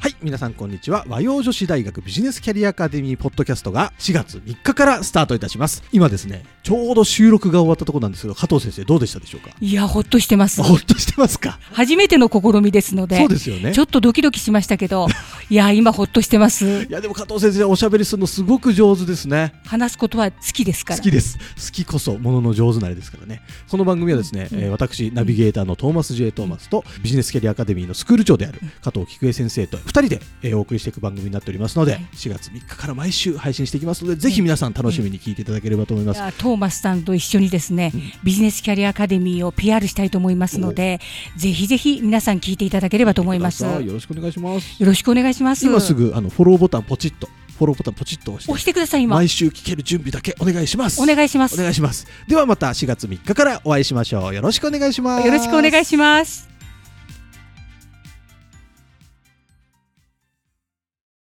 はい皆さんこんにちは和洋女子大学ビジネスキャリアアカデミーポッドキャストが4月3日からスタートいたします今ですねちょうど収録が終わったところなんですけど加藤先生どうでしたでしょうかいや、ほっとしてますあ。ほっとしてますか初めての試みですので、そうですよねちょっとドキドキしました けど、いや、今ほっとしてますい。やでも加藤先生おしゃべりするのすごく上手ですね話すことは好きですから。好きです好きこそものの上手なりですからねこの番組はですね、うんえー私ナビゲーターのトーマス J トーマスとビジネスキャリアアカデミーのスクール長である加藤菊江先生と2人で、えーお送りしていく番組になっておりますので、はい4月3日から毎週配信していきますのでぜひ皆さん楽しみに聞いていただければと思いまいす、やトーマスさんと一緒にですね、うんビジネスキャリアアカデミーを PR したいと思いますので、ぜひぜひ皆さん聞いていただければと思います。よよろしくお願いしますろしくお願いします。今すぐあのフォローボタンポチッとフォローボタンポチッと押して押してください、今。毎週聞ける準備だけお願いしますお願いします。お願いしますではまた4月3日からお会いしましょうよろしくお願いしますよろしくお願いします。